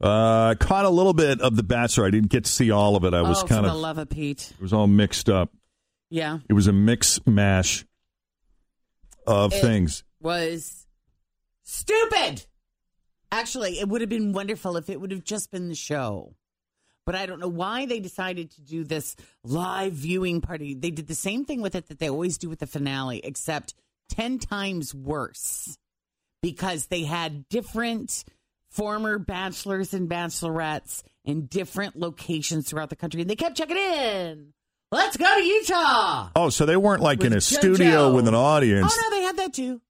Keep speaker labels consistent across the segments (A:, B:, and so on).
A: Uh, caught a little bit of the Bachelor. I didn't get to see all of it. I was
B: oh,
A: kind
B: for
A: of
B: the love of Pete.
A: it was all mixed up.
B: Yeah,
A: It was a mix mash of
B: It-
A: things.
B: was stupid. Actually, it would have been wonderful if it would have just been the show. But I don't know why they decided to do this live viewing party. They did the same thing with it that they always do with the finale, except 10 times worse because they had different former bachelors and bachelorettes in different locations throughout the country. And they kept checking in. Let's go to Utah.
A: Oh, so they weren't like in a
B: With
A: studio
B: JoJo.
A: with an audience.
B: Oh, no, they had that too.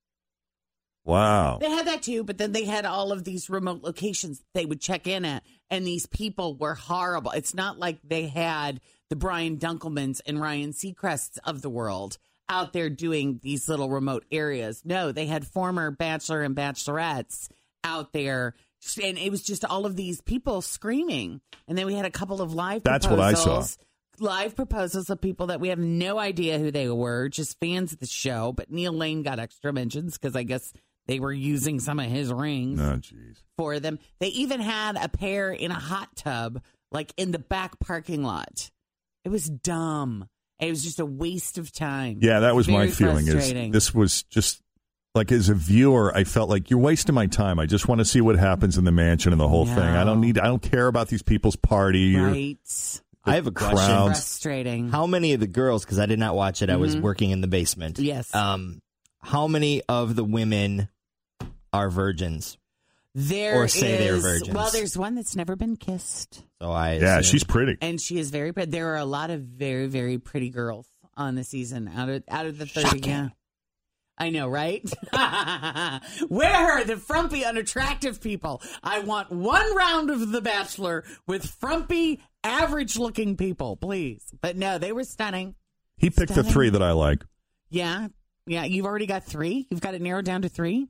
A: Wow.
B: They had that too, but then they had all of these remote locations they would check in at, and these people were horrible. It's not like they had the Brian Dunkelmans and Ryan Seacrests of the world out there doing these little remote areas. No, they had former bachelor and bachelorettes out there, and it was just all of these people screaming. And then we had a couple of live.
A: That's what I saw.
B: proposals live proposals of people that we have no idea who they were, just fans of the show. But Neil Lane got extra mentions because I guess they were using some of his rings
A: Oh, jeez.
B: for them. They even had a pair in a hot tub, like in the back parking lot. It was dumb. It was just a waste of time.
A: Yeah, that was my
B: Very
A: feeling. Is
B: frustrating.
A: this was just like as a viewer, I felt like you're wasting my time. I just want to see what happens in the mansion and the whole thing. I don't
B: No.
A: need. I don't care about these people's party. or-
B: right?
A: The
C: I have a
A: crowd.
C: question.
B: Frustrating.
C: How many of the girls? Because I did not watch it. I was working in the basement.
B: Mm-hmm. Yes.
C: Um, how many of the women are virgins?
B: There
C: or say they were
B: is-
C: virgins.
B: Well, there's one that's never been kissed.
C: So I
A: Yeah,
C: assume-
A: she's pretty.
B: and she is very pretty. There are a lot of very very pretty girls on the season out of out of the thirty. Yeah, I know, right? Where are the frumpy, unattractive people? I want one round of The Bachelor with frumpy, average-looking people, please. But no, they were stunning.
A: He picked the
B: Stunning.
A: three that I like.
B: Yeah, yeah. You've already got three. You've got it narrowed down to three.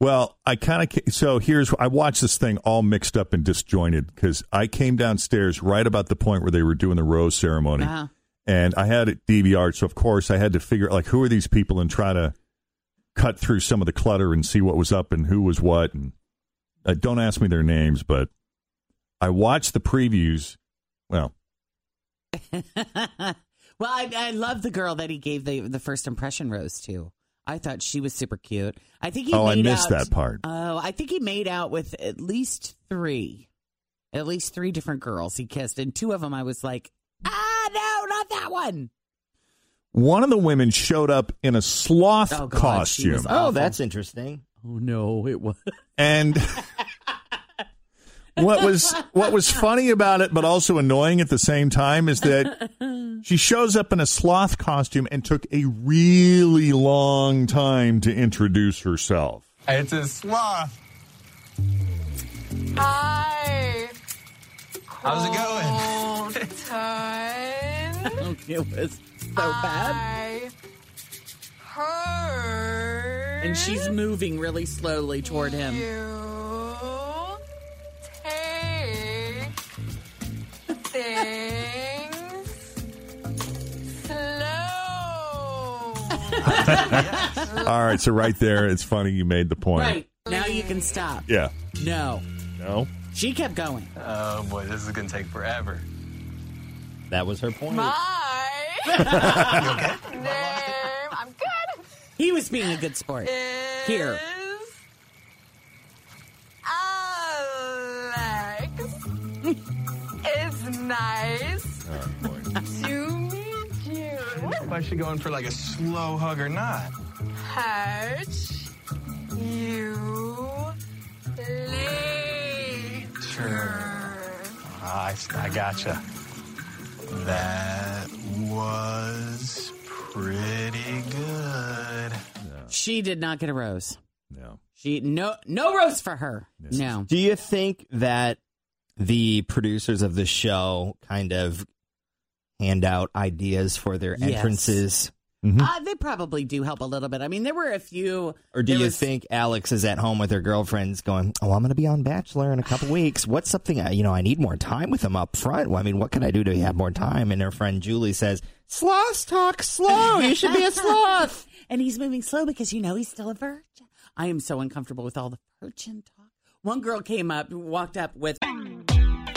A: Well, I kind of so here's I watched this thing all mixed up and disjointed because I came downstairs right about the point where they were doing the rose ceremony,
B: Uh-huh.
A: and I had it DVR, so of course I had to figure out like who are these people and try to cut through some of the clutter and see what was up and who was what. And uh, don't ask me their names, but I watched the previews. Well,
B: well, I, I love the girl that he gave the the first impression rose to. I thought she was super cute. I think he
A: Oh, I
B: made
A: missed
B: out-
A: that part.
B: Oh, I think he made out with at least three, at least three different girls he kissed, and two of them I was like, ah, no, not that one.
A: one of the women showed up in a sloth
B: Oh, God, she
A: costume.
B: was
C: Oh,
B: Awful.
C: that's interesting.
B: Oh no, it was.
A: And what was what was funny about it, but also annoying at the same time, is that she shows up in a sloth costume and took a really long time to introduce herself.
D: It's a sloth.
E: Hi.
D: How's it going?
E: Colton.
B: It was so bad.
E: I heard
B: And she's moving really slowly toward him.
E: you take things slow.
A: All right, so right there, it's funny you made the point.
B: Right now, you can stop.
A: Yeah.
B: No,
A: No.
B: she kept going.
D: Oh boy, this is gonna take forever.
C: That was her point.
E: My name. I'm good.
B: He was being a good sport. Here.
E: is Alex. It's nice to meet you.
D: If I should go in for like a slow hug or not.
E: Catch you later.
D: Ah, I, I gotcha. That was pretty good.
B: She did not get a rose.
A: No.
B: She no no rose for her. No.
C: Do you think that the producers of the show kind of hand out ideas for their
B: Yes.
C: entrances?
B: Uh, they probably do help a little bit. I mean, there were a few.
C: Or do
B: there
C: you
B: was-
C: think Alex is at home with her girlfriends going, Oh, I'm going to be on Bachelor in a couple weeks. What's something, I, you know, I need more time with him up front? Well, I mean, what can I do to have more time? And her friend Julie says, Sloths talk slow. You should be a sloth.
B: And he's moving slow because you know he's still a virgin. I am so uncomfortable with all the virgin talk. One girl came up, walked up with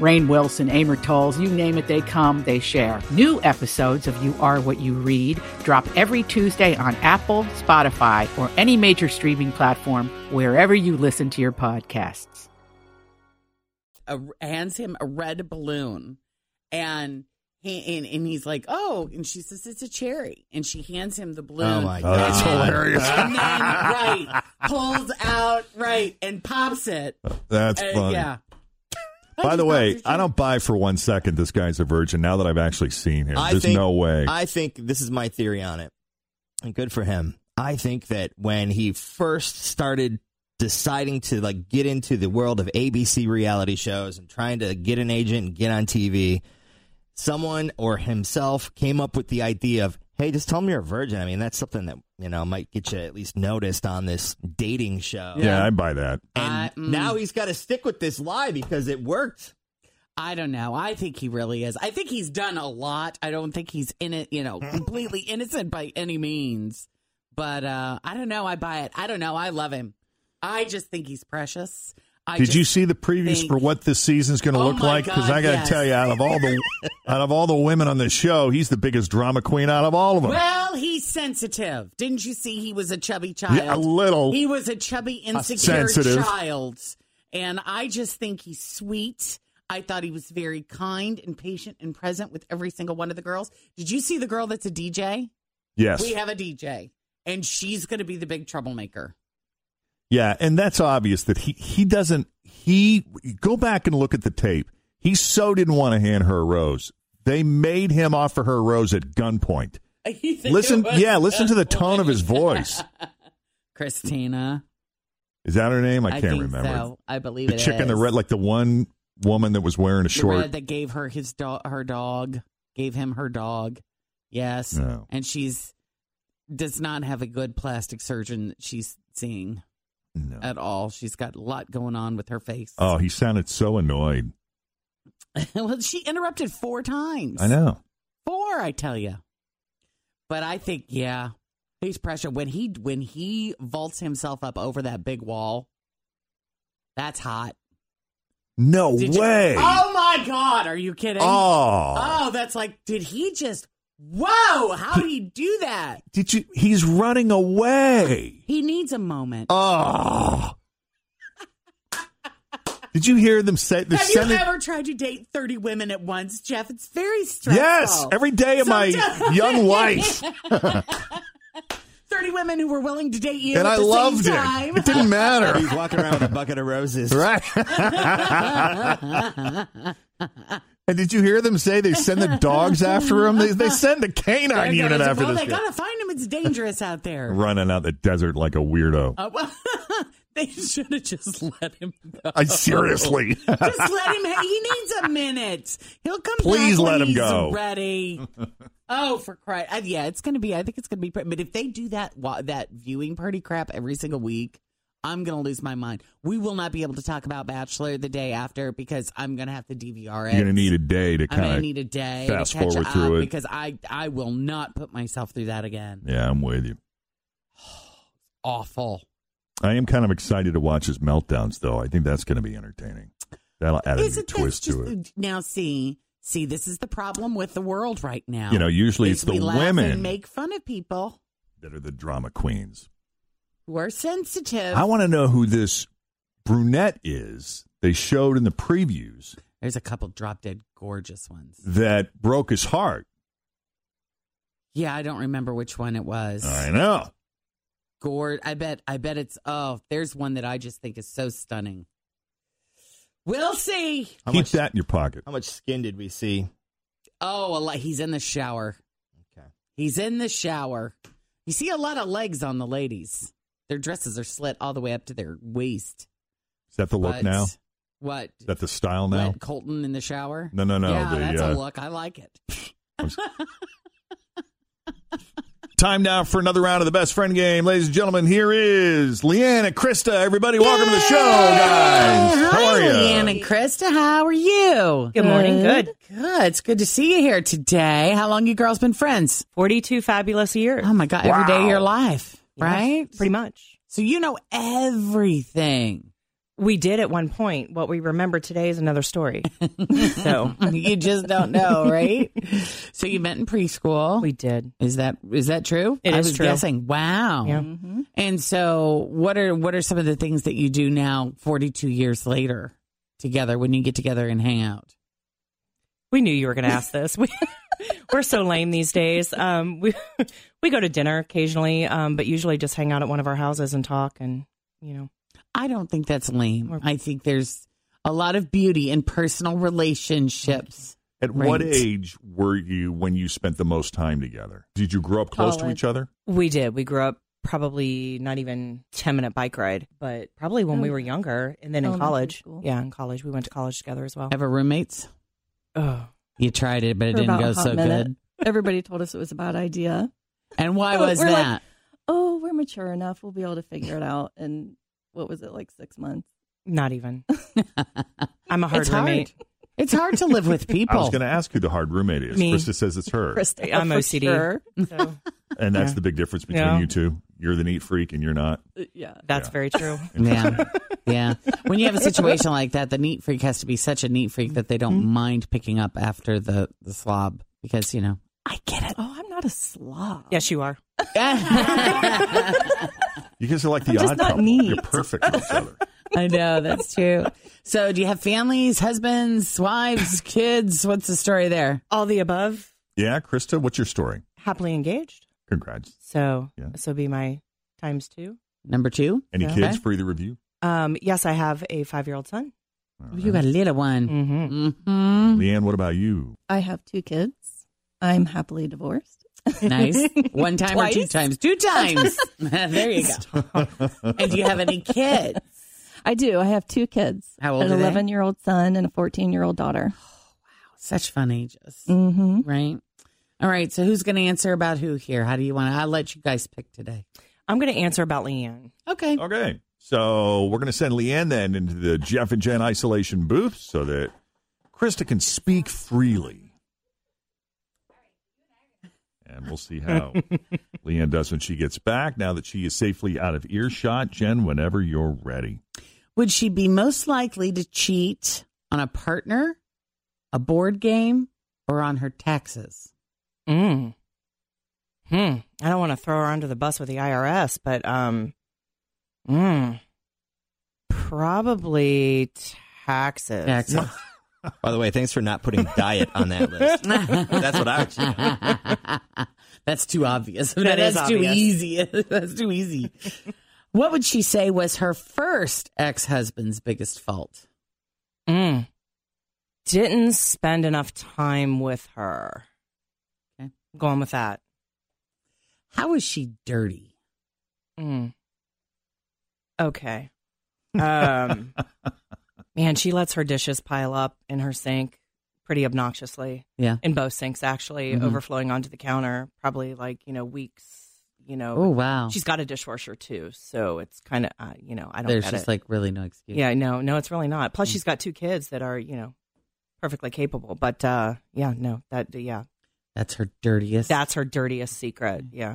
F: Rain Wilson, Amor Tolls, you name it, they come, they share. New episodes of You Are What You Read drop every Tuesday on Apple, Spotify, or any major streaming platform wherever you listen to your podcasts.
B: a, hands him a red balloon and he and, and he's like oh and she says it's a cherry and she hands him the balloon
C: Oh, my
A: Oh, that's
C: God.
A: hilarious.
B: and then right pulls out right and pops it
A: That's
B: Uh,
A: funny.
B: yeah
A: By the way, I don't buy for one second this guy's a virgin now that I've actually seen him.
C: I
A: There's
C: think-
A: no way.
C: I think this is my theory on it. And good for him. I think that when he first started deciding to like get into the world of ABC reality shows and trying to get an agent and get on TV, someone or himself came up with the idea of, "Hey, just tell me you're a virgin." I mean, that's something that, you know, might get you at least noticed on this dating show.
A: yeah. I buy that.
C: And
B: I- mm.
C: now he's got to stick with this lie because it worked.
B: I don't know. I think he really is. I think he's done a lot. I don't think he's in it, you know, completely innocent by any means. But uh I don't know. I buy it. I don't know. I love him. I just think he's precious. I
A: Did
B: just-
A: you see the previews
B: think-
A: for what this season's going to
B: Oh
A: look
B: my
A: like? Because
B: God,
A: I got to
B: yes.
A: tell you, out of all the out of all the women on this show, he's the biggest drama queen out of all of them.
B: Well, he's sensitive. Didn't you see he was a chubby child?
A: Yeah, a little.
B: He was a chubby, insecure
A: sensitive.
B: child. And I just think he's sweet. I thought he was very kind and patient and present with every single one of the girls. Did you see the girl that's a DJ?
A: yes,
B: We have a DJ, and she's going to be the big troublemaker.
A: yeah, and that's obvious that he he doesn't he go back and look at the tape. He so didn't want to hand her a rose. They made him offer her a rose at gunpoint. Listen, yeah, listen to the tone of his voice.
B: Christina.
A: Is that her name? I
B: I
A: can't
B: think
A: remember.
B: so. I believe
A: The
B: it
A: chick in the
B: is.
A: red, like the one woman that was wearing a
B: The
A: short.
B: red that gave her his dog, her dog, gave him her dog. Yes,
A: No.
B: and she's does not have a good plastic surgeon that she's seeing
A: No.
B: at all. She's got a lot going on with her face.
A: Oh, he sounded so annoyed.
B: well, she interrupted four times.
A: I know.
B: four, I tell you. But I think, yeah, he's pressure when he when he vaults himself up over that big wall. That's hot.
A: No
B: Did you-
A: way.
B: oh my god, are you kidding?
A: Oh.
B: Oh, that's like, did he just? Whoa! How did he do that?
A: Did you? He's running away.
B: He needs a moment.
A: Oh. Did you hear them say? They're
B: Have you
A: sending-
B: ever tried to date thirty women at once, Jeff? It's very stressful.
A: yes, every day of my
B: Sometimes-
A: young life,
B: thirty women who were willing to date you,
A: and
B: at
A: I
B: the same
A: loved
B: time.
A: it. It didn't matter,
C: He's walking around with a bucket of roses.
A: right? and did you hear them say they send the dogs after him? They, they send the
B: They're
A: canine unit
B: gonna-
A: after
B: well,
A: this.
B: they
A: guy.
B: gotta find him. It's dangerous out there.
A: Running out the desert like a weirdo.
B: Uh, well, they should have just let him go.
A: I seriously.
B: Just let him. He needs a minute. He'll come.
A: Please
B: back
A: let
B: when
A: him
B: he's
A: go.
B: Ready? Oh, for crying! Uh, yeah, it's gonna be. I think it's gonna be. pre- But if they do that wa- that viewing party crap every single week, I'm going to lose my mind. We will not be able to talk about Bachelor the day after because I'm going to have to DVR it.
A: You're going to need a day to
B: I'm going
A: kind
B: to
A: of
B: need a day
A: fast
B: to catch
A: forward
B: up
A: through it.
B: because I I will not put myself through that again.
A: Yeah, I'm with you.
B: Awful.
A: I am kind of excited to watch his meltdowns, though. I think that's going to be entertaining. That'll add a new
B: Isn't this
A: twist to
B: just-
A: it.
B: Now see, see, this is the problem with the world right now.
A: You know, usually
B: is
A: it's the
B: we laugh and
A: women
B: make fun of people
A: that are the drama queens.
B: who are sensitive.
A: I want to know who this brunette is. They showed in the previews
B: There's a couple drop dead gorgeous ones.
A: that broke his heart.
B: Yeah, I don't remember which one it was.
A: I know.
B: Gord, I bet, I bet it's. Oh, there's one that I just think is so stunning. We'll see.
C: How
A: Keep
C: much-
A: that in your pocket.
C: How much skin did we see?
B: Oh, a lot. He's in the shower.
C: Okay.
B: He's in the shower. You see a lot of legs on the ladies. Their dresses are slit all the way up to their waist.
A: Is that the look
B: But-
A: now? Is
B: What?
A: that the style now?
B: Let Colton in the shower?
A: No, no, no,
B: Yeah,
A: the,
B: that's
A: uh,
B: a look. I like it.
A: Time now for another round of the best friend game. Ladies and gentlemen, here is Leanna Krista. Everybody, welcome to the show, guys. How
B: Hi,
A: are you?
B: Leanne and Krista. How are you?
G: Good morning. Good.
B: Good. It's good to see you here today. How long you girls been friends?
G: 42 fabulous years.
B: Oh my god, every day of your life,
G: Yeah,
B: right?
G: Pretty much.
B: So you know everything.
G: We did at one point. What we remember today is another story. so
B: you just don't know, right? so you met in preschool.
G: we did.
B: is that is that true?
G: It
B: I
G: is
B: was
G: true.
B: guessing. Wow.
G: Yeah.
B: And so what are what are some of the things that you do now 42 years later together when you get together and hang out?
G: We knew you were going to ask this. We, we're so lame these days. Um, we we go to dinner occasionally, um, but usually just hang out at one of our houses and talk and, you know.
B: I don't think that's lame.
G: Or-
B: I think there's a lot of beauty in personal relationships.
A: At what
B: Right.
A: age were you when you spent the most time together? Did you grow up close to
G: College.
A: each other?
G: We did. We grew up probably not even 10 minute bike ride, but probably when we were younger and then in
E: Elementary
G: college.
E: school.
G: Yeah, in college. We went to college together as well.
B: Ever roommates?
G: Oh.
B: You tried it, but it
E: For
B: didn't
E: about
B: go
E: a hot
B: so
E: minute.
B: good.
E: Everybody told us it was a bad idea.
B: And why
E: Oh,
B: was
E: we're like-
B: that?
E: Oh, we're mature enough. We'll be able to figure it out. And what was it like six months?
G: Not even. I'm a hard
B: It's hard.
G: roommate.
B: it's hard to live with
A: I was
B: people.
A: going to ask who the hard roommate is.
G: Me.
A: Krista says it's her.
E: Krista,
G: I'm
E: for
G: OCD.
E: sure.
G: So
A: And that's
G: Yeah.
A: the big difference between
G: Yeah.
A: you two. You're the neat freak and you're not.
E: Uh, Yeah.
G: that's
A: Yeah.
G: very true.
B: yeah. Yeah. When you have a situation like that, the neat freak has to be such a neat freak that they don't
E: Mm-hmm.
B: mind picking up after the, the slob because, you know, I get it.
E: Oh, I'm not a slob.
G: Yes, you are.
A: You guys are like the
E: I'm just
A: odd
E: not
A: couple.
E: neat.
A: You're perfect for each other.
B: I know. That's true. So, do you have families, husbands, wives, kids? What's the story there?
G: All the above,
A: Yeah, Krista, what's your story?
G: happily engaged.
A: Congrats.
G: So
A: Yeah.
G: this will be my times two.
B: Number two?
A: Any
G: Yeah.
A: kids
B: Okay.
A: for either of you?
G: Um, yes, I have a five year old son.
A: All
B: You
A: right.
B: got a little one.
G: Mm-hmm.
B: hmm
A: Leanne, what about you?
E: I have two kids. I'm happily divorced.
B: Nice. One time or two
E: Twice?
B: times? Two times. there you go. And do you have any kids?
E: I do. I have two kids.
B: How old
E: An
B: are they?
E: 11 year old son and a 14 year old daughter.
B: Such fun ages,
E: Mm-hmm.
B: right? All right. So, who's going to answer about who here? How do you want to? I'll let you guys pick today.
G: I'm going to answer about Leanne.
B: Okay.
A: Okay. So we're going to send Leanne then into the Jeff and Jen isolation booth so that Krista can speak freely. And we'll see how Leanne does when she gets back. Now that she is safely out of earshot, Jen, whenever you're ready.
B: Would she be most likely to cheat on a partner, a board game, or on her taxes?
G: Mm. Hmm. I don't want to throw her under the bus with the IRS, but um, mm, probably taxes.
B: Taxes.
C: By the way, thanks for not putting diet on that list. That's what I would choose.
B: That's too obvious.
G: That is
B: That's too
G: obvious.
B: easy. That's too easy. what would she say was her first ex husband's biggest fault?
G: Mm. Didn't spend enough time with her.
B: Okay.
G: Go on with that.
B: How was she dirty?
G: Mm. Okay. Um, man, she lets her dishes pile up in her sink pretty obnoxiously.
B: Yeah. Mm-hmm.
G: In both sinks, actually, overflowing onto the counter, probably like, you know, weeks, you know.
B: Oh, wow.
G: She's got a dishwasher too, so it's kind of uh, you know I don't.
B: There's
G: get
B: just
G: it.
B: like really no excuse.
G: yeah, no, no, it's really not. Plus, she's got two kids that are you know perfectly capable, but uh, yeah, no, that yeah,
B: That's her dirtiest.
G: that's her dirtiest secret. Yeah,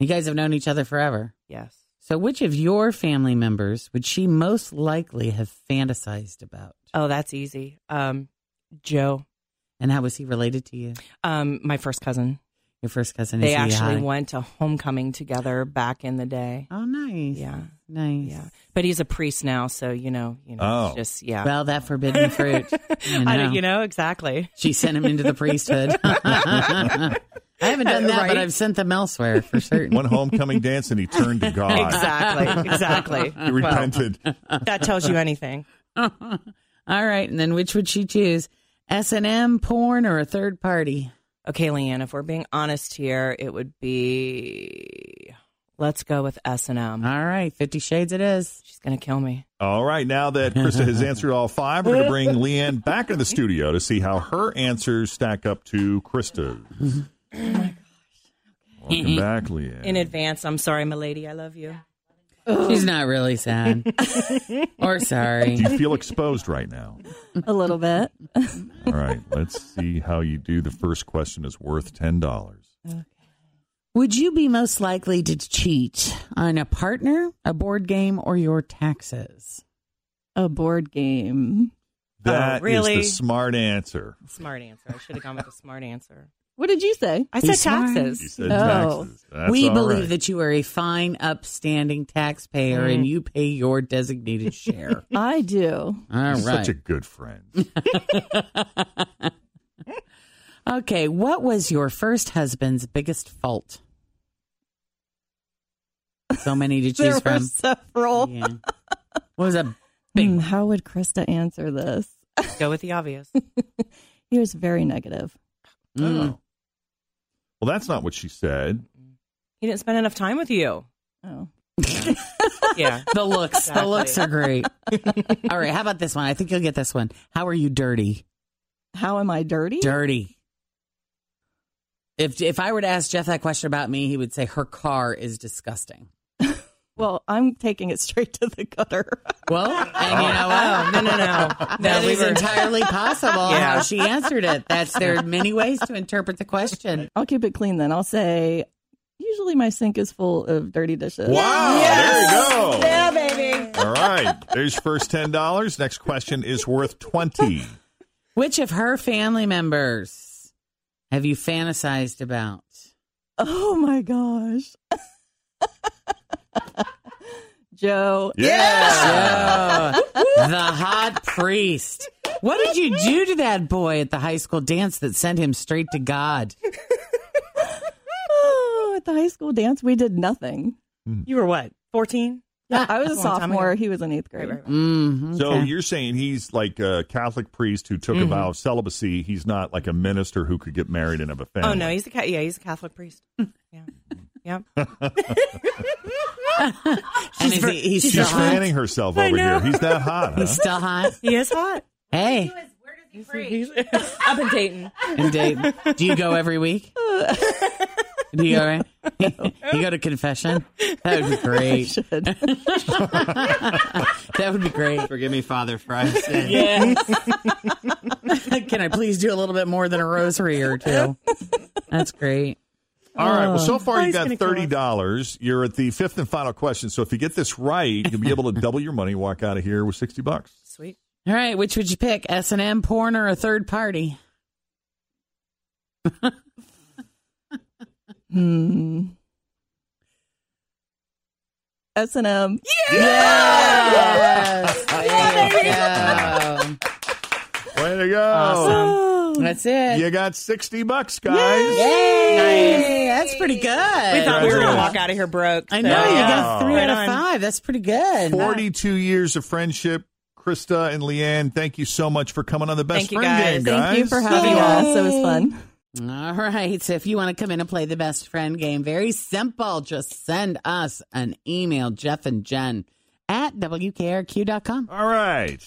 B: you guys have known each other forever.
G: yes.
B: So, which of your family members would she most likely have fantasized about?
G: Oh, that's easy. Um, Joe,
B: And how was he related to you?
G: um, my first cousin.
B: Your first cousin? is
G: They
B: he
G: actually
B: high?
G: went to homecoming together back in the day.
B: Oh, nice.
G: Yeah.
B: Nice.
G: Yeah, but he's a priest now, so you know, you know,
A: Oh.
G: it's just yeah.
B: Well, that forbidden fruit. You know.
G: I don't- you know exactly.
B: She sent him into the priesthood. I haven't done that,
G: Right?
B: but I've sent them elsewhere for certain.
A: One homecoming dance, and he turned to God.
G: Exactly, exactly.
A: He repented.
G: That tells you anything.
B: All right, and then which would she choose? S and M porn or a third party?
G: Okay, Leanne, if we're being honest here, it would be let's go with S and M.
B: All right, Fifty Shades it is.
G: She's gonna kill me.
A: All right, now that Krista has answered all five, we're going to bring Leanne back into the studio to see how her answers stack up to Krista's. Oh my gosh. Welcome back, Leanne.
G: In advance, I'm sorry, my lady. I love you.
B: She's not really sad or sorry.
A: Do you feel exposed right now?
E: a little bit.
A: All right, let's see how you do. The first question is worth ten dollars.
B: Would you be most likely to cheat on a partner, a board game, or your taxes?
E: A board game.
A: That is
G: really?
A: the smart answer.
G: Smart answer. I should have gone with a smart answer.
E: What did you say?
G: I
B: He's
G: said taxes.
A: You said
E: Oh.
A: taxes. That's
B: we
A: all
B: believe
A: right.
B: that you are a fine, upstanding taxpayer
A: Mm.
B: and you pay your designated share.
E: I do.
B: All
A: You're
B: right.
A: Such a good friend.
B: Okay, what was your first husband's biggest fault? So many to choose
E: there were
B: from.
E: several.
B: Yeah. What was a
E: Hmm,
A: Mm.
B: big
E: how would Krista answer this?
G: Let's go with the obvious.
E: He was very negative.
B: Mm.
A: Oh. Well, that's not what she said.
G: He didn't spend enough time with you.
E: Oh,
G: Yeah.
B: The looks, the
G: Exactly.
B: looks are great. All right, how about this one? I think you'll get this one. How are you dirty?
E: how am I dirty?
B: Dirty. If if I were to ask Jeff that question about me, he would say her car is disgusting.
E: Well, I'm taking it straight to the gutter.
B: Well, and you know what?
G: Oh, no, no, no.
B: That
G: No,
B: is
G: we were.
B: entirely possible
G: Yeah.
B: how she answered it. That's there are many ways to interpret the question.
E: I'll keep it clean then. I'll say, usually my sink is full of dirty dishes.
A: Wow! There you go.
E: Yeah, baby.
A: All right. There's your first ten dollars. Next question is worth twenty.
B: Which of her family members have you fantasized about?
E: Oh my gosh. Joe.
B: Oh, the hot priest. What did you do to that boy at the high school dance that sent him straight to God?
E: Oh, at the high school dance, we did nothing.
G: You were what? Fourteen.
E: I was a
G: That's a long time
E: sophomore.
G: ago.
E: He was in eighth grade.
B: Mm,
A: So
B: okay.
A: you're saying he's like a Catholic priest who took a vow of celibacy. He's not like a minister who could get married and have a family.
G: Oh no, he's a cat. Yeah, he's a Catholic priest. Yeah, yeah.
B: and is he, he's still
A: She's
B: hot.
A: fanning herself over here. He's that hot, huh?
B: He's still hot.
G: He is hot.
B: Hey,
G: I've been dating.
B: and Dave, do you go every week? Do you go? you go to confession? That would be great. that would be great.
C: Forgive me, Father Fries.
B: Can I please do a little bit more than a rosary or two? That's great.
A: All right. Well, so far you
G: he's
A: got
G: gonna kill us.
A: thirty dollars. You're at the fifth and final question. So if you get this right, you'll be able to double your money. Walk out of here with sixty bucks.
G: Sweet.
B: All right, which would you pick, S and M porn or a third party?
E: Hmm. S and M.
B: Yes, there you
A: Way to go!
B: go. Oh. That's it.
A: You got sixty bucks, guys.
B: Yay! That's pretty good.
G: We thought we were gonna
A: Congratulations.
G: walk out of here broke.
B: I
G: so-
B: know you got three out
G: Right
B: of
G: on.
B: five. That's pretty good.
A: Forty-two years of friendship. Krista and Leanne, thank you so much for coming on the best
G: Thank you,
A: friend game,
G: guys.
A: guys.
E: Thank you for having us. It was fun.
B: All right. So if you want to come in and play the best friend game, very simple. Just send us an email, Jeff and Jen at
C: Uh,
B: WKRQ.com.
A: All right.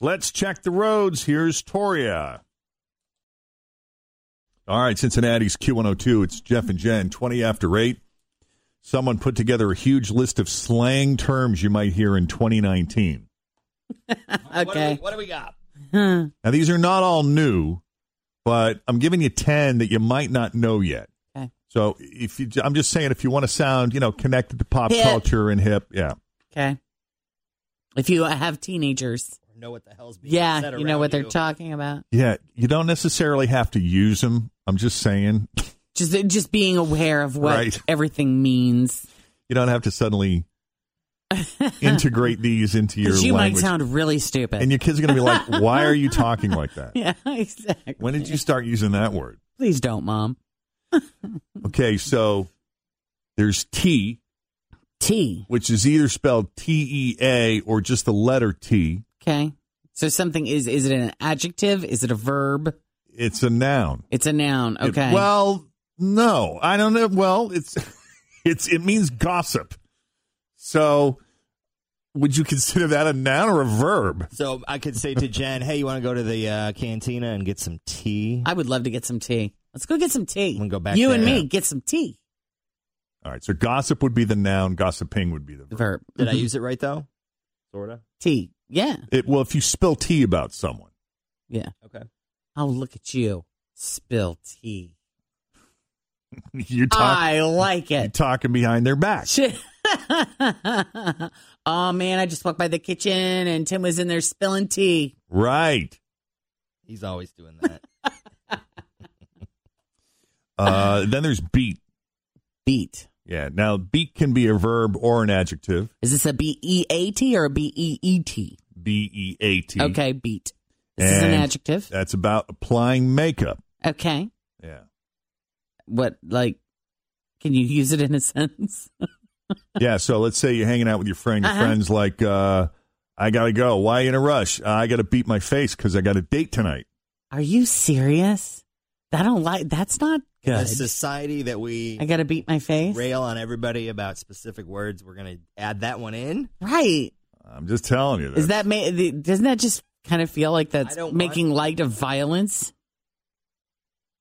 A: Let's check the roads. Here's Toria. oh All right, Cincinnati's Q102. It's Jeff and Jen, 20 after 8. someone put together a huge list of slang terms you might hear in 2019.
B: Okay.
C: What do we got?
A: Now, these are not all new, but I'm giving you 10 that you might not know yet.
B: Okay.
A: So if you, I'm just saying, if you want to sound, you know, connected to pop
B: Hip.
A: culture and hip, yeah.
B: Okay. If you have teenagers,
C: Know what the hell's being
B: yeah,
C: said
B: you know
C: around
B: what they're
C: you.
B: talking about.
A: Yeah, you don't necessarily have to use them. I'm just saying,
B: Just just being aware of what
A: Right.
B: everything means.
A: you don't have to suddenly integrate these into your
B: Because you
A: language.
B: might sound really stupid.
A: and your kids are going to be like, why are you talking like that?
B: yeah, exactly.
A: When did you start using that word?
B: Please don't, mom.
A: Okay, so there's T,
B: T.
A: which is either spelled T E A or just the letter T.
B: Okay. So something is is it an adjective? Is it a verb?
A: It's a noun.
B: It's a noun.
A: It-
B: Okay.
A: well, no, I don't know. Well, it's it's it means gossip. So, would you consider that a noun or a verb?
C: So I could say to Jen, "Hey, you want to go to the uh, cantina and get some tea?"
B: I would love to get some tea. Let's go get some tea.
C: I'm gonna go back
B: You and
C: there.
B: me get some tea.
A: All right. So, gossip would be the noun. Gossiping would be the
B: The
A: verb.
B: verb.
C: Did I use it right though? Sorta.
B: Mm-hmm. tea? Yeah.
A: It, well, if you spill tea about someone,
B: Yeah.
C: Okay.
B: Oh, look at you. Spill tea.
A: you
B: Ah,
A: talk,
B: I like
A: you
B: it.
A: talking behind their back.
B: oh man, I just walked by the kitchen and Tim was in there spilling tea.
A: Right.
C: He's always doing that.
A: Uh, then there's beat.
B: Beat.
A: Yeah. Now, beat can be a verb or an adjective.
B: Is this a B E A T or a B E E T?
A: B E A T.
B: Okay, beat. This is an
A: And
B: adjective.
A: That's about applying makeup.
B: Okay.
A: Yeah.
B: What like can you use it in a sentence?
A: Yeah. So let's say you're hanging out with your friend. Your
B: Uh-huh.
A: friend's like, uh, I got to go. Why you in a rush? Uh, I got to beat my face because I got a date tonight.
B: Are you serious? I don't like that's not
C: In
B: good.
C: the society that we
B: I gotta beat my face.
C: rail on everybody about specific words, we're gonna add that one in.
B: Right.
A: I'm just telling you.
B: Is that ma- the- doesn't that just kind of feel like that's
C: I don't
B: making light of violence?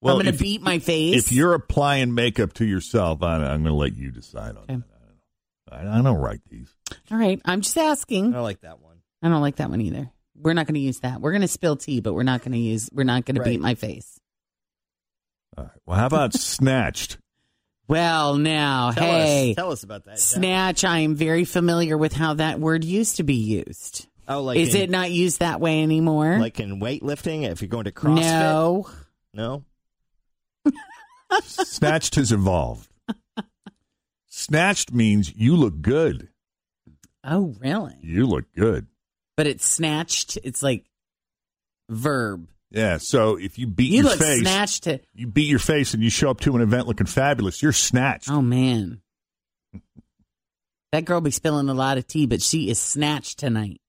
B: I'm gonna
A: if-
B: beat my face.
A: If you're applying makeup to yourself, I, I'm going to let you decide on
B: Okay.
A: that. I don't, know. I, I don't write these.
B: all right, I'm just
C: I
B: asking.
C: don't like that one.
B: I don't like that one either. We're not going to use that. We're going to spill tea, but we're not going to use. We're not going to beat
C: Right.
B: my face.
A: All right. Well, how about snatched?
B: Well, now,
C: Tell
B: Oh, hey,
C: us, tell us about that. Jen.
B: snatch. I am very familiar with how that word used to be used.
C: Oh, like
B: Is
C: in,
B: it not used that way anymore?
C: like in weightlifting? If you're going to CrossFit,
B: no.
C: no.
A: Snatched has evolved. Snatched means you look good.
B: Oh, really?
A: You look good.
B: But it's snatched. It's like verb.
A: Yeah. So if you beat
B: You
A: your
B: look
A: face,
B: snatched. To,
A: you beat your face and you show up to an event looking fabulous, you're snatched.
B: oh man, that girl be spilling a lot of tea, but she is snatched tonight.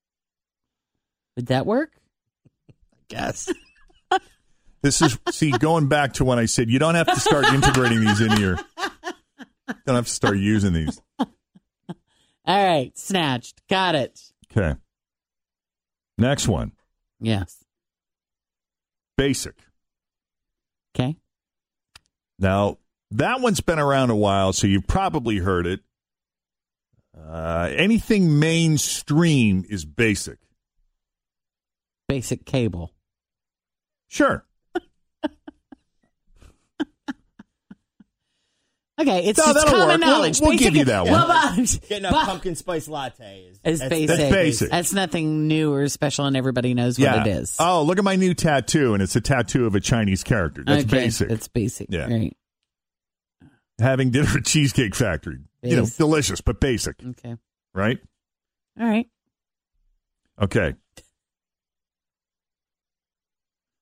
B: Would that work?
C: Guess
A: This is see going back to when I said you don't have to start integrating these in here. Don't have to start using these.
B: All right, snatched. Got it.
A: Okay. Next one,
B: Yes.
A: basic.
B: Okay.
A: Now that one's been around a while, so you've probably heard it. Uh, anything mainstream is basic.
B: Basic cable.
A: Sure.
B: Okay, it's
A: No,
B: just
A: that'll
B: common
A: work. We'll-
B: knowledge.
A: we'll give
B: Basic-
A: you that one.
B: Well, but-
C: getting a
B: but
C: pumpkin spice latte is
B: It's
C: that's-
B: basic.
A: that's basic.
B: That's nothing new or special, and everybody knows
A: yeah.
B: what it is.
A: Oh, look at my new tattoo, and it's a tattoo of a Chinese character. That's
B: Okay,
A: basic.
B: That's basic.
A: Yeah.
B: Right.
A: Having dinner at Cheesecake Factory. You know,
B: Basic.
A: delicious, but basic,
B: Okay.
A: right?
B: All right.
A: Okay.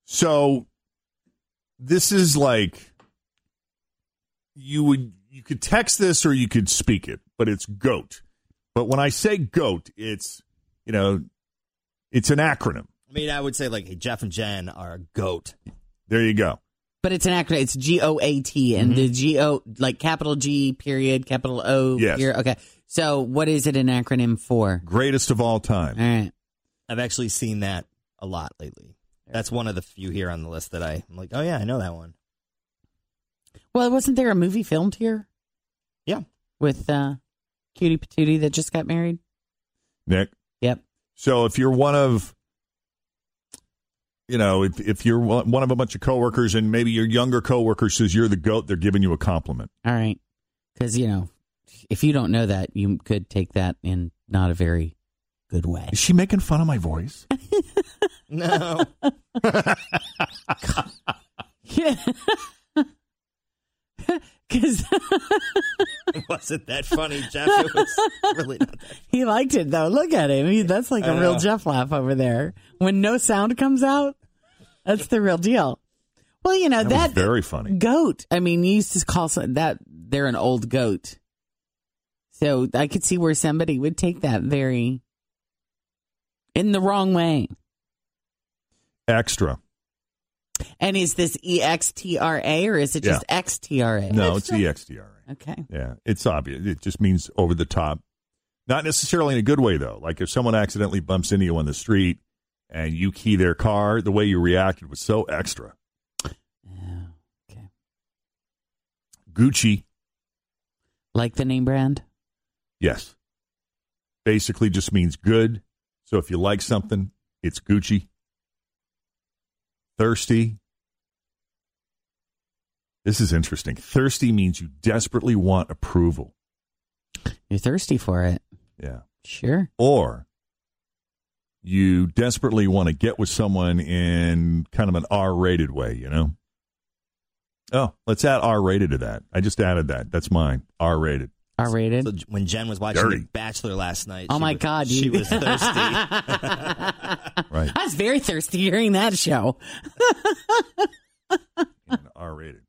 A: So this is like you would you could text this or you could speak it, but it's goat. But when I say goat, it's you know it's an acronym.
C: I mean, I would say like hey, Jeff and Jen are a goat.
A: There you go.
B: But it's an acronym. It's G O A T, and
A: Mm-hmm.
B: the G O like capital G period capital O.
A: Yes.
B: period- okay. So what is it an acronym for?
A: Greatest of all
B: All
A: time.
B: right.
C: I've actually seen that a lot lately. That's one of the few here on the list that I, I'm like, oh yeah, I know that one.
B: Well, wasn't there a movie filmed here?
C: Yeah,
B: with uh, Cutie Patootie that just got married.
A: Nick.
B: Yep.
A: So if you're one of, you know, if, if you're one one of a bunch of coworkers and maybe your younger coworker says you're the goat, they're giving you a compliment.
B: All right. Because, you know, if you don't know that, you could take that in not a very good way.
A: Is she making fun of my voice?
C: No.
B: Yeah. Because
C: it wasn't that funny, Jeff. It was really not that
B: he liked it, though. Look at him. He, that's like a
C: I
B: real
C: know.
B: Jeff laugh over there. When no sound comes out, that's the real deal. Well, you know,
A: That,
B: that,
A: was very funny.
B: goat. I mean, you used to call some, that they're an old goat. So I could see where somebody would take that very in the wrong way.
A: Extra.
B: And is this E X T R A or is it just X T R A?
A: No, it's EXDRA.
B: Okay.
A: Yeah, it's obvious. It just means over the top. Not necessarily in a good way, though. Like if someone accidentally bumps into you on the street and you key their car, the way you reacted was so extra.
B: okay.
A: Gucci,
B: Like the name brand?
A: yes. Basically just means good. So if you like something, it's Gucci. Thirsty. This is interesting. Thirsty means you desperately want approval.
B: You're thirsty for it.
A: Yeah.
B: Sure.
A: or you desperately want to get with someone in kind of an R rated way, you know? Oh, let's add R rated to that. I just added that. That's mine. R rated.
B: R rated.
C: So when Jen was watching
A: Dirty.
C: The Bachelor last night,
B: oh
C: she
B: my
C: was-
B: God.
C: she
B: you-
C: was thirsty.
A: Right.
B: I was very thirsty during that show.
A: R rated.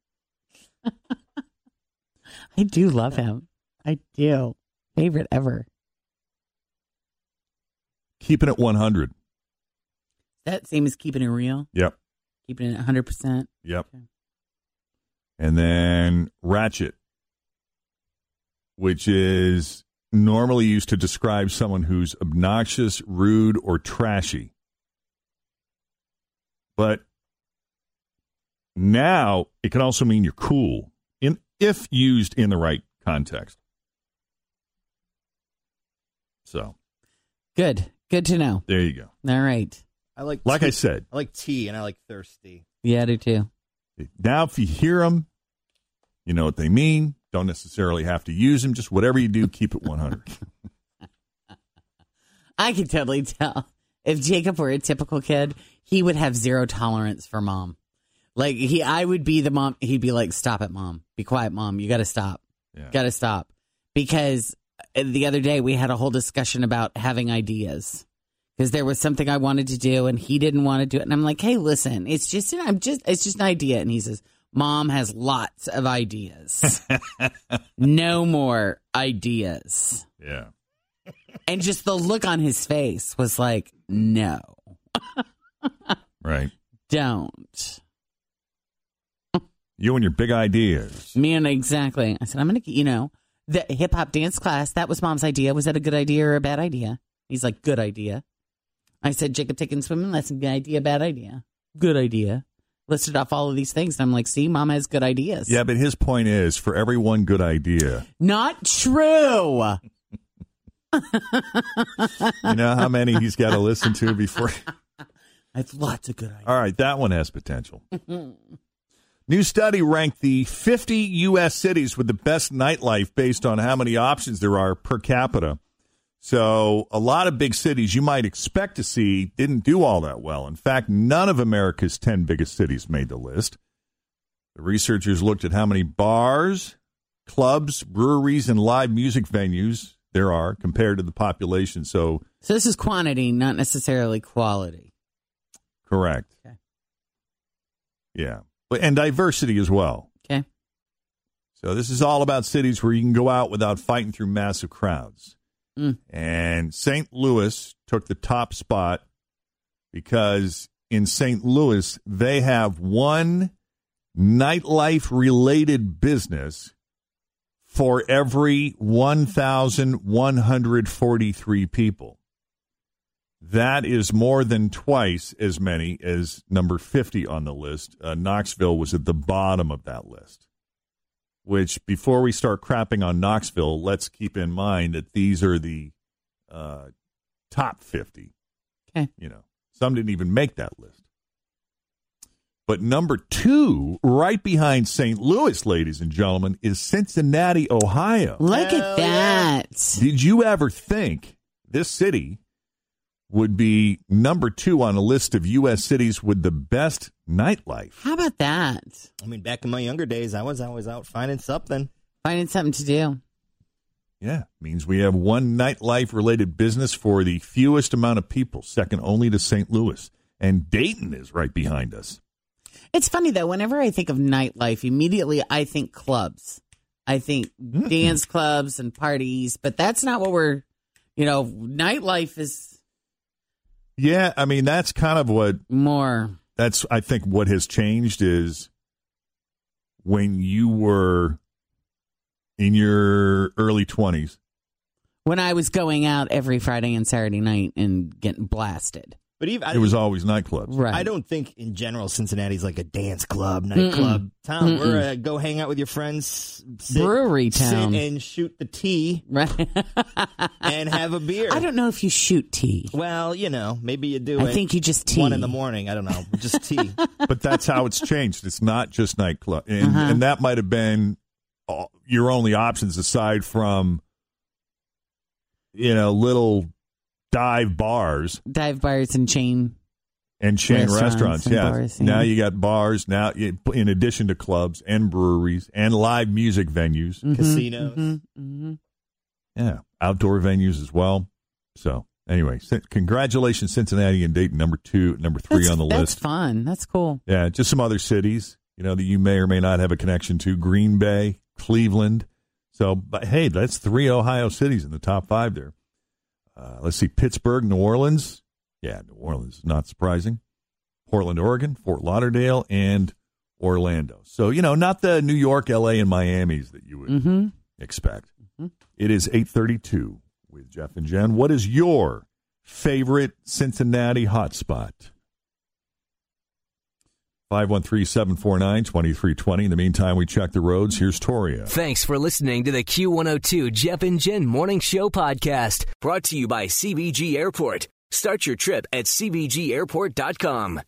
B: I do love him. I do. Favorite ever.
A: Keeping it 100.
B: That seems keeping it real,
A: Yep.
B: keeping it 100%.
A: Yep.
B: Okay.
A: And then ratchet, which is normally used to describe someone who's obnoxious, rude, or trashy. But now it can also mean you're cool in if used in the right context. So
B: Good. Good to know.
A: there you go.
B: All right.
C: I like
A: Like
C: tea.
A: I said,
C: I like tea and I like thirsty.
B: Yeah, I do too.
A: now if you hear them, you know what they mean. Don't necessarily have to use them. Just whatever you do, keep it 100.
B: I could totally tell. If Jacob were a typical kid, he would have zero tolerance for mom. Like he I would be the mom he'd be like, Stop it, mom. Be quiet, mom. You gotta stop.
A: Yeah.
B: Gotta stop. Because uh, the other day we had a whole discussion about having ideas. Because there was something I wanted to do and he didn't want to do it. And I'm like, hey, listen, it's just an, I'm just it's just an idea. And he says, Mom has lots of ideas. no more ideas
A: Yeah.
B: and just the look on his face was like, no,
A: Right.
B: don't.
A: You and your big ideas.
B: Me and exactly. I said, I'm gonna, you know, the hip hop dance class. That was mom's idea. Was that a good idea or a bad idea? He's like, good idea. I said, Jacob taking swimming lesson. Good idea, bad idea. Good idea. Listed off all of these things, and I'm like, see, mom has good ideas.
A: Yeah, but his point is for every one good idea,
B: Not true.
A: you know how many he's got to listen to before.
B: I have lots of good ideas.
A: All right, that one has potential. New study ranked the 50 U.S. cities with the best nightlife based on how many options there are per capita. So, a lot of big cities you might expect to see didn't do all that well. In fact, none of America's 10 biggest cities made the list. The researchers looked at how many bars, clubs, breweries, and live music venues there are compared to the population. So,
B: So this is quantity, not necessarily quality.
A: correct.
B: Okay.
A: Yeah. But, and diversity as well.
B: Okay.
A: So this is all about cities where you can go out without fighting through massive crowds.
B: Mm.
A: And St. Louis took the top spot because in St. Louis they have one nightlife related business for every 1,143 people. That is more than twice as many as number 50 on the list. Uh, Knoxville was at the bottom of that list. which before we start crapping on Knoxville, let's keep in mind that these are the uh, top 50.
B: Okay.
A: You know, some didn't even make that list. But number two, right behind St. Louis, ladies and gentlemen, is Cincinnati, Ohio.
B: Look at that.
A: Did you ever think this city would be number two on a list of U.S. cities with the best nightlife?
B: How about that?
C: I mean, back in my younger days, I was always out finding something.
B: Finding something to do.
A: Yeah, means we have one nightlife related business for the fewest amount of people, second only to St. Louis. And Dayton is right behind us.
B: It's funny though, whenever I think of nightlife, immediately I think clubs. I think
C: Hmm.
B: dance clubs and parties, but that's not what we're, you know, nightlife is
A: Yeah, I mean that's kind of what
B: more.
A: that's I think what has changed is when you were in your early 20s.
B: When I was going out every Friday and Saturday night and getting blasted.
C: But even I,
A: It was always nightclubs.
B: Right.
C: I don't think in general Cincinnati's like a dance club, nightclub town.
B: Mm-mm.
C: We're uh, go hang out with your friends, sit,
B: Brewery
C: sit
B: town.
C: and shoot the tea
B: Right.
C: and have a beer.
B: I don't know if you shoot tea.
C: Well, you know, maybe you do.
B: I
C: it
B: think you just tea.
C: one in the morning. I don't know, just tea.
A: but that's how it's changed. It's not just nightclub, and,
B: Uh-huh.
A: and that might have been all, your only options aside from you know little dive bars
B: Dive bars and chain.
A: and chain restaurants.
B: Restaurants and
A: yeah.
B: bars, yeah.
A: now you got bars. Now, you, in addition to clubs and breweries and live music venues,
C: Mm-hmm. Casinos. Mm-hmm.
B: hmm
A: yeah, outdoor venues as well. So anyway, c- congratulations, Cincinnati and Dayton, number two, number three
B: That's-
A: on the
B: that's
A: list.
B: fun. That's cool.
A: Yeah, just some other cities, you know, that you may or may not have a connection to. Green Bay, Cleveland. So, but hey, that's three Ohio cities in the top five there. Uh, let's see, Pittsburgh, New Orleans. Yeah, New Orleans is not surprising. Portland, Oregon, Fort Lauderdale, and Orlando. So, you know, not the New York, L.A., and Miami's that you would
B: hmm
A: expect. It is 832 with Jeff and Jen. What is your favorite Cincinnati hotspot? 513-749-2320. In the meantime, we check the roads. Here's Toria.
H: Thanks for listening to the Q102 Jeff and Jen Morning Show podcast, brought to you by CBG Airport. Start your trip at CBGAirport.com.